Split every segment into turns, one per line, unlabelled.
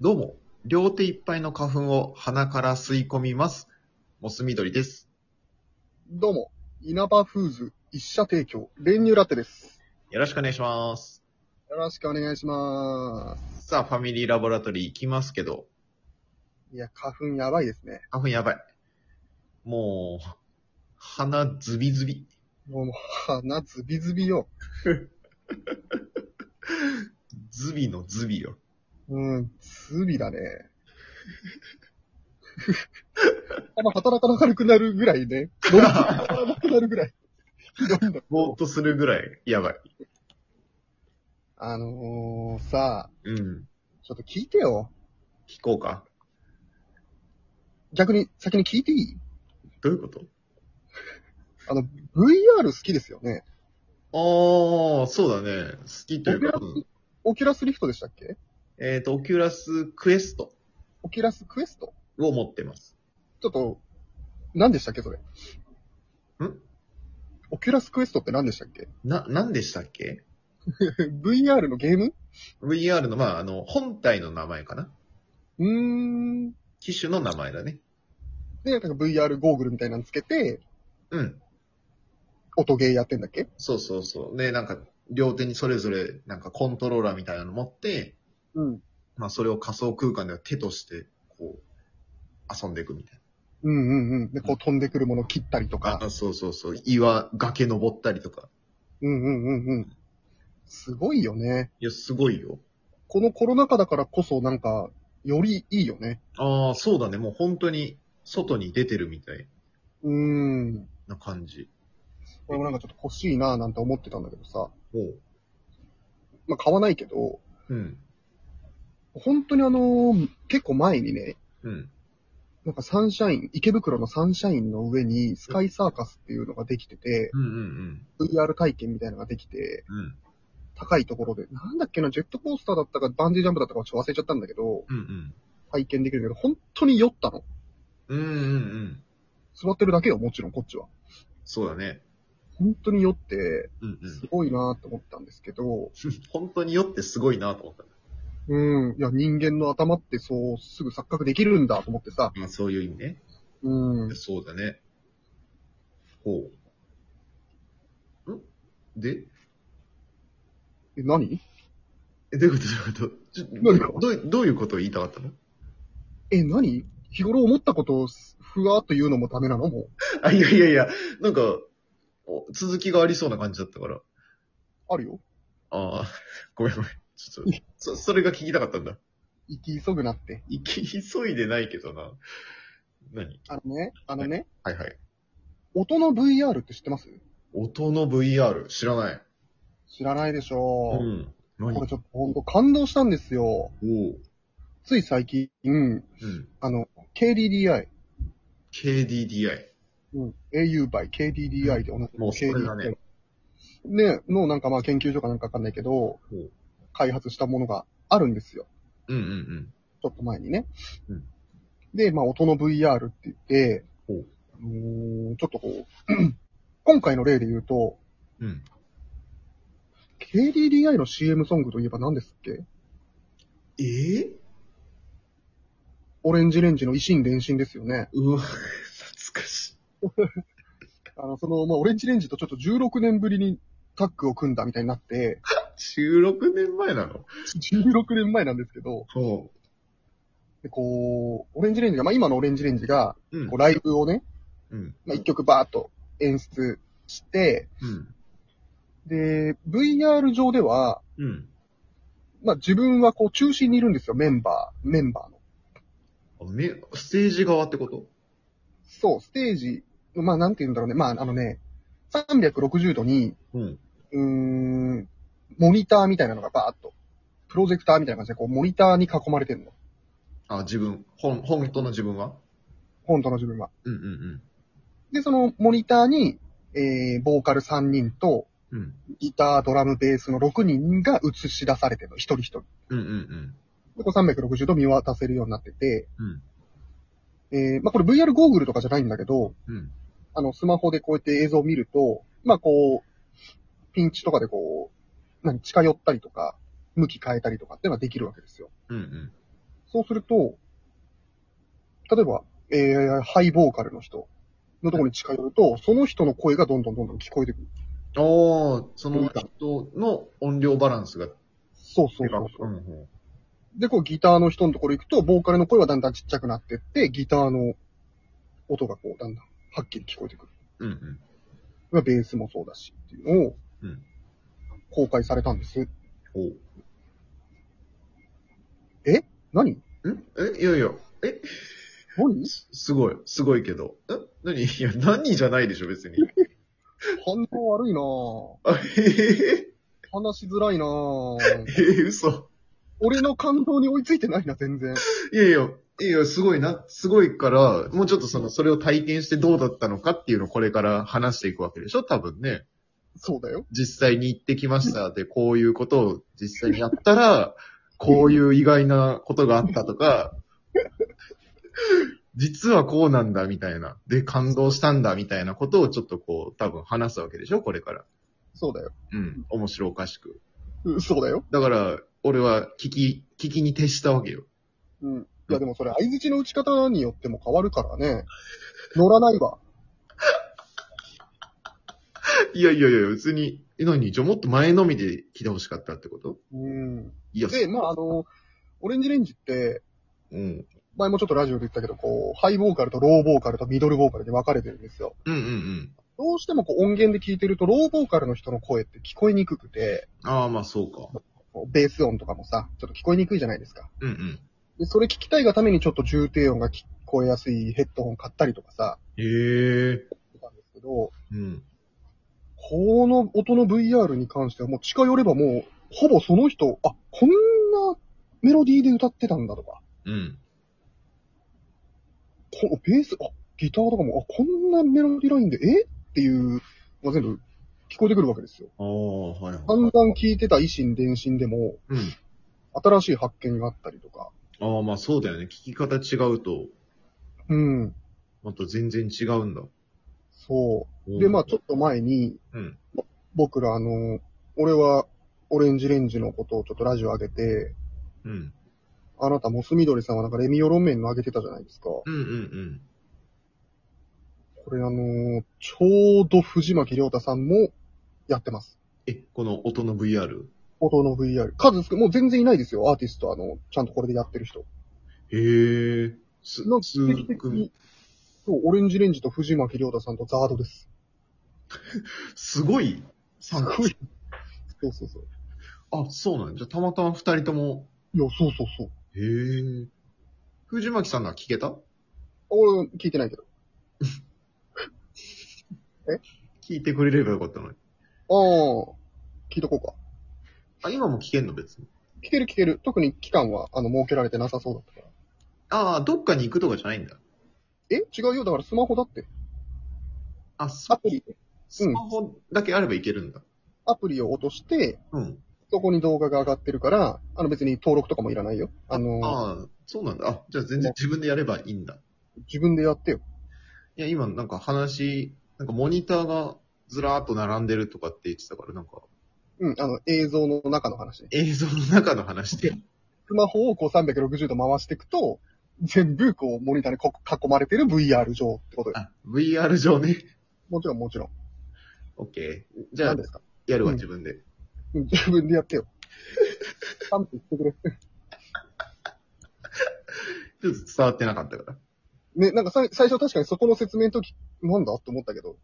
どうも、両手いっぱいの花粉を鼻から吸い込みます。モス緑です。
どうも、稲葉フーズ一社提供、練乳ラテです。
よろしくお願いします。
よろしくお願いします。
さあ、ファミリーラボラトリー行きますけど、
いや、花粉やばいですね。
花粉やばい。もう、鼻ズビズビ。
もう、鼻ズビズビよ。
ズビのズビよ。
うん、ズビだね。あんま働かなくなるぐらいね。どうも働かなくなるぐらい。ひどいんだ。
ぼーっとするぐらいやばい。
あのー、さ
うん。
あ、ちょっと聞いてよ。
聞こうか。
逆に、先に聞いていい
どういうこと
あの、VR 好きですよね。
あー、そうだね。好きというか、うん
オキュラスリフトでしたっけ
えっ、と、オキュラスクエスト
オキュラスクエスト
を持ってます。
ちょっと、何でしたっけそれ。
ん
オキュラスクエストって何でしたっけ
な、何でしたっけ
?VR のゲーム
?VR の、まあ、あの、本体の名前かな
うーん。
機種の名前だね。
で、なんか VR ゴーグルみたいなのつけて、
うん。
音ゲーやってんだっけ
そうそうそう。で、なんか、両手にそれぞれ、なんかコントローラーみたいなの持って、
うん。
まあ、それを仮想空間では手として、こう、遊んでいくみたい
うんうんうん。で、こう飛んでくるもの切ったりと
な。
か。
あ、そうそうそう。岩、崖登ったりとか。
うんうんうんうん。すごいよね。
いや、すごいよ。
このコロナ禍だからこそなんか、よりいいよね。
ああ、そうだね。もう本当に、外に出てるみたいう
ーん。
な感じ。
これもなんかちょっと欲しいなぁなんて思ってたんだけどさ。
おう。
まあ買わないけど、
うん。
本当にあのー結構前にね、
うん。
なんかサンシャイン、池袋のサンシャインの上にスカイサーカスっていうのができてて、
うんうん
VR 体験みたいなのができて、
うん。うん。
高いところで、なんだっけな、ジェットコースターだったかバンジージャンプだったかちょっと忘れちゃったんだけど、
うんうん。
体験できるんだけど、本当に酔ったの。
うんうんうん。
座ってるだけよ、もちろんこっちは。
そうだね。
本当に酔って、
うん う
す
ん。
ごいなって思ったんですけど、
本当に酔ってすごいなと思った。
うん、いや、人間の頭ってそうすぐ錯覚できるんだと思ってさ、
まあ、そういう意味ね。
うん、
そうだね。ほう。んで
え何
え、どういうことどういうことちょどういどういうことを言いたかったの
え、何日頃思ったことをふわーっと言うのもダメなのもう。
あ、いやいやいや、なんか、お続きがありそうな感じだったから。
あるよ。
ああ、 ごめんごめん。ちょっと、そ、それが聞きたかったんだ。
生き急ぐなって。
行き急いで ないけどな。何
あのね、あのね、
はいはい。
音の VR って知ってます
音の VR、知らない。
知らないでし
う
ょ
ん。
う。
何
これ
お
ちょっとほんと感動したんですよ。
う。
つい最近、
うん。
あの、KDDI、
KDDI。
うん、au by KDDI で同じ
もうそれだね。
ね、のなんかまあ研究所かなんかわかんないけど
うん、
開発したものがあるんですよ。
うんうんうん。
ちょっと前にね。
うん
で、まあ音の VR って言って、
ほ
う
う
ーんちょっとこう、 今回の例で言うと、
うん。
KDDI の CM ソングといえば何ですっけ
ええ
オレンジレンジの維新伝心ですよね。
うわ、 懐かし
あの、その、まあ、オレンジレンジとちょっと16年ぶりにタッグを組んだみたいになって、
い。16年前なの
16年前なんですけど、
ほ
で、こう、オレンジレンジが、まあ、今のオレンジレンジが、
う。うん
こう、。ライブをね、
うん。
まあ、一曲バーっと演出して、
うん。
で、VR 上では、
うん。
まあ、自分はこう、中心にいるんですよ、メンバー、メンバーの。
あめ、ステージ側ってこと
そう、ステージ、まあ、なんて言うんだろうね、まあ、あのね、360度に、
うん。
うーん、モニターみたいなのがバーっと、プロジェクターみたいな感じで、こう、モニターに囲まれてるの。
あ、自分、本、本当の自分は
本当の自分は。
うんうん
で、そのモニターに、えー、ボーカル3人と、
うん。うん。
ギター、ドラム、ベースの6人が映し出されてるの、一人一人。
うんうんうん。
で、こう360度見渡せるようになってて、
うん
えー、まあ、これ VR ゴーグルとかじゃないんだけど、
うん。
あの、スマホでこうやって映像を見ると、まあ、こう、ピンチとかでこう、何、近寄ったりとか、向き変えたりとかっていうのはできるわけですよ。
うんうん。
そうすると、例えば、えー、ハイボーカルの人のところに近寄ると、その人の声がどんどんどんどん聞こえてくる。
ああ、その人の音量バランスが。
そうそうそうそうう。
んうん
で、こうギターの人のところ行くと、ボーカルの声はだんだんちっちゃくなってって、ギターの音がこう、だんだんはっきり聞こえてくる。
うんうん。
まあベースもそうだしっていうのを
うん、
公開されたんです。
おう
何
んえいやいや、え
何
すすごい、すごいけど。え何い や、何じゃないでしょ、別に。
反応悪いなぁ。
あ、へえ
話しづらいなぁ。
へえ、嘘。
俺の感動に追いついてないな、全然。
いやいや、いやいや、すごいな、すごいから、もうちょっとその、それを体験してどうだったのかっていうのをこれから話していくわけでしょ、多分ね。
そうだよ。
実際に行ってきましたで、こういうことを実際にやったら、こういう意外なことがあったとか、実はこうなんだみたいな、で、感動したんだみたいなことをちょっとこう、多分話すわけでしょ、これから。
そうだよ。
うん、面白おかしく。
うんそうだよ。
だから、俺は聞き、聞きに徹したわけよ。
うん。いや、でもそれ、相槌の打ち方によっても変わるからね。乗らないわ。
いやいやいや、別に、え、何じゃあもっと前のみで来てほしかったってこと
うん。
いや、
で、まあ、あの、オレンジレンジって、
うん。
前もちょっとラジオで言ったけど、こう、ハイボーカルとローボーカルとミドルボーカルで分かれてるんですよ。
うんうんうん。
どうしてもこう音源で聞いてると、ローボーカルの人の声って聞こえにくくて、
ああ、まあそうか。
こうベース音とかもさ、ちょっと聞こえにくいじゃないですか。
うんうん。
で、それ聞きたいがためにちょっと重低音が聞こえやすいヘッドホン買ったりとかさ、
へえ。
してたんですけど、
うん。
この音の VR に関してはもう近寄ればもう、ほぼその人、あ、こんなメロディーで歌ってたんだとか、
うん。
こベース、あ、ギターとかも、あ、こんなメロディーラインで、えっていう、まあ、全部聞こえてくるわけですよ。
ああ、はいはい。
散々聞いてた維新伝心でも、
うん。
新しい発見があったりとか、
ああ、まあそうだよね。聞き方違うと、
うん、
また全然違うんだ。
そ
お
う。
ー
で、まあちょっと前に、
うん。
僕らあの、俺は、オレンジレンジのことをちょっとラジオ上げて、
うん。
あなたモス緑さんはなんかレミオロメンの上げてたじゃないですか。
うんうん
これあのーちょうど藤巻亮太さんもやってます。
え、この音の VR?
音の VR。数少もう全然いないですよ、アーティスト、あの、ちゃんとこれでやってる人。
へえ。す
の、
す
奇跡的
く、
にそう、オレンジレンジと藤巻亮太さんとザードです。
すごい。す
すごい。そうそうそう。
あ、そうなんだじゃあたまたま二人とも。
いや、そうそうそう。
へえ。藤巻さんのは聞けた
俺、聞いてないけど。
聞いてくれればよかったのに。
ああ、聞いとこうか。
あ、今も聞けんの別に。
聞ける聞ける。特に期間は、あの、設けられてなさそうだったから。
ああ、どっかに行くとかじゃないんだ。
え違うよ。だからスマホだって。
あ、そ
アプリ、
スマホだけあればいけるんだ。
アプリを落として、
うん。
そこに動画が上がってるから、あの別に登録とかもいらないよ。あのー
ああ、そうなんだ。あ、じゃあ全然自分でやればいいんだ。
自分でやってよ。
いや、今なんか話、なんかモニターがずらーっと並んでるとかって言ってたから、なんか
うん、あの、映像の中の話ね。
映像の中の話で。
スマホをこう360度回していくと、全部こうモニターにこ囲まれてる VR 上ってことよ。
あ、VR 上ね。
もちろんもちろん。
OK。じゃあ
何で、すか
やるわ、
うん
自分で。
うん自分でやってよ。ちゃんと言ってくれ。
ちょっと伝わってなかったから。
ね、なんかさい最初確かにそこの説明の時、なんだって思ったけど。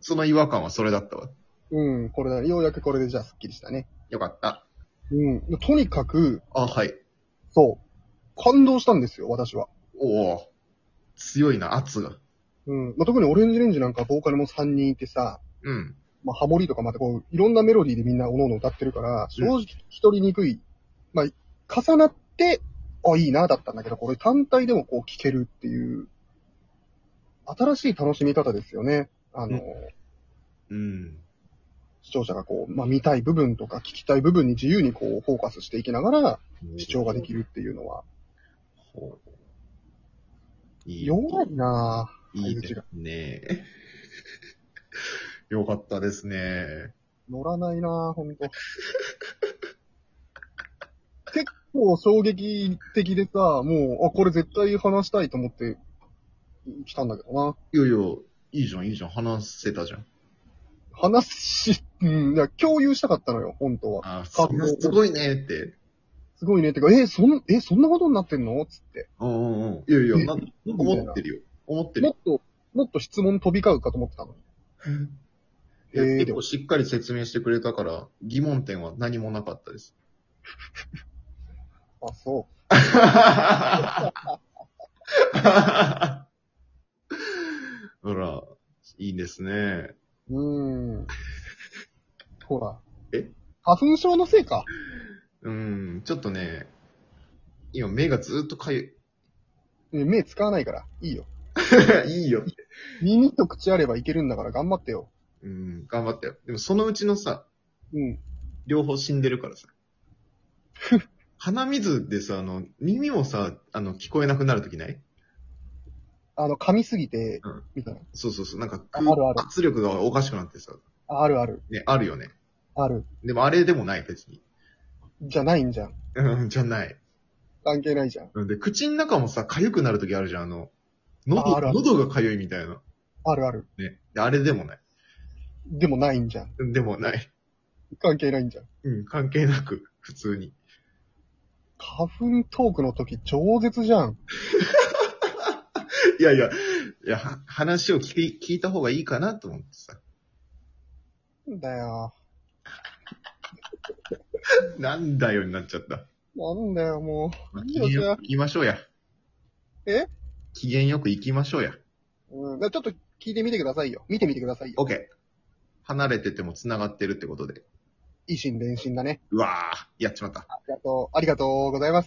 その違和感はそれだったわ。
うん、これだね。ようやくこれでじゃあスッキリしたね。
よかった。
うん。とにかく、
あ、はい。
そう。感動したんですよ、私は。
おお強いな、圧が。
うん。まあ、特にオレンジレンジなんかボーカルも3人いてさ、
うん。
まあ、ハモリとかまでこう、いろんなメロディーでみんなおのおの歌ってるから、正直聞き取りにくい。まあ、重なって、あ、いいな、だったんだけど、これ単体でもこう聞けるっていう、新しい楽しみ方ですよね。あ
う
の、
んうん。
視聴者がこう、まあ、見たい部分とか聞きたい部分に自由にこう、フォーカスしていきながら、視聴ができるっていうのは、
ほういい
弱いなぁ。
いいですね。よかったですね。
乗らないなぁ、ほんと。結もう衝撃的でさ、もう、あ、これ絶対話したいと思って来たんだけどな。
いやいや、いいじゃん、いいじゃん、話せたじゃん。
話し、うん、だから共有したかったのよ、本当は。
あ、す
あそう
すごいねって。
すごいね。てか、え、そん、え、そんなことになってんのつって。
うんうんうん。いやいや、な
なんでだよ
思ってるよ。思ってる
もっ。と、もっと質問飛び交うかと思ってたのに。
いや
えー
結構しっかり説明してくれたから、疑問点は何もなかった です。
あ、そ
ほら、いいですね。
う。うーん。ほら。
え
花粉症のせいか。
うん、ちょっとね、今目がずっとかゆ
ね目使わないから、いいよ。
い。いいよって。
耳と口あればいけるんだから頑張ってよ。
うん、頑張ったよ。でもそのうちのさ、
うん。
両方死んでるから さ。鼻水でさ、あの、耳もさ、あの、聞こえなくなるときない
あの、噛みすぎて
うん、
みたいな。
そうそうそう、なんか
あるある
圧力がおかしくなってさ、
ああるある。
ね、あるよね。
ある。
でもあれでもない、別に。
じゃないんじゃん。
うん、じゃない。
関係ないじゃん。
で、口の中もさ、痒くなるときあるじゃん、あの、喉、
ああるある
喉が痒いみたいな。
あるある。
ね。であれでもない。
でもないんじゃん。
でもない。
関係ないんじゃん。
うん、関係なく、普通に。
花粉トークの時、超絶じゃん。
いやいや、いや、は話を聞き、聞いた方がいいかなと思ってさ。
なんだよ。
なんだよになっちゃった。
なんだよ、も
まあ、
いい
機
よ
嫌よく行きましょうや。
え
機嫌よく行きましょうや。
う。うん、だからちょっと聞いてみてくださいよ。見てみてくださいよ。
オッケー。離れてても繋がってるってことで。
維心伝心だね。
うわぁ、やっちまった。
ありがとう、ありがとうございます。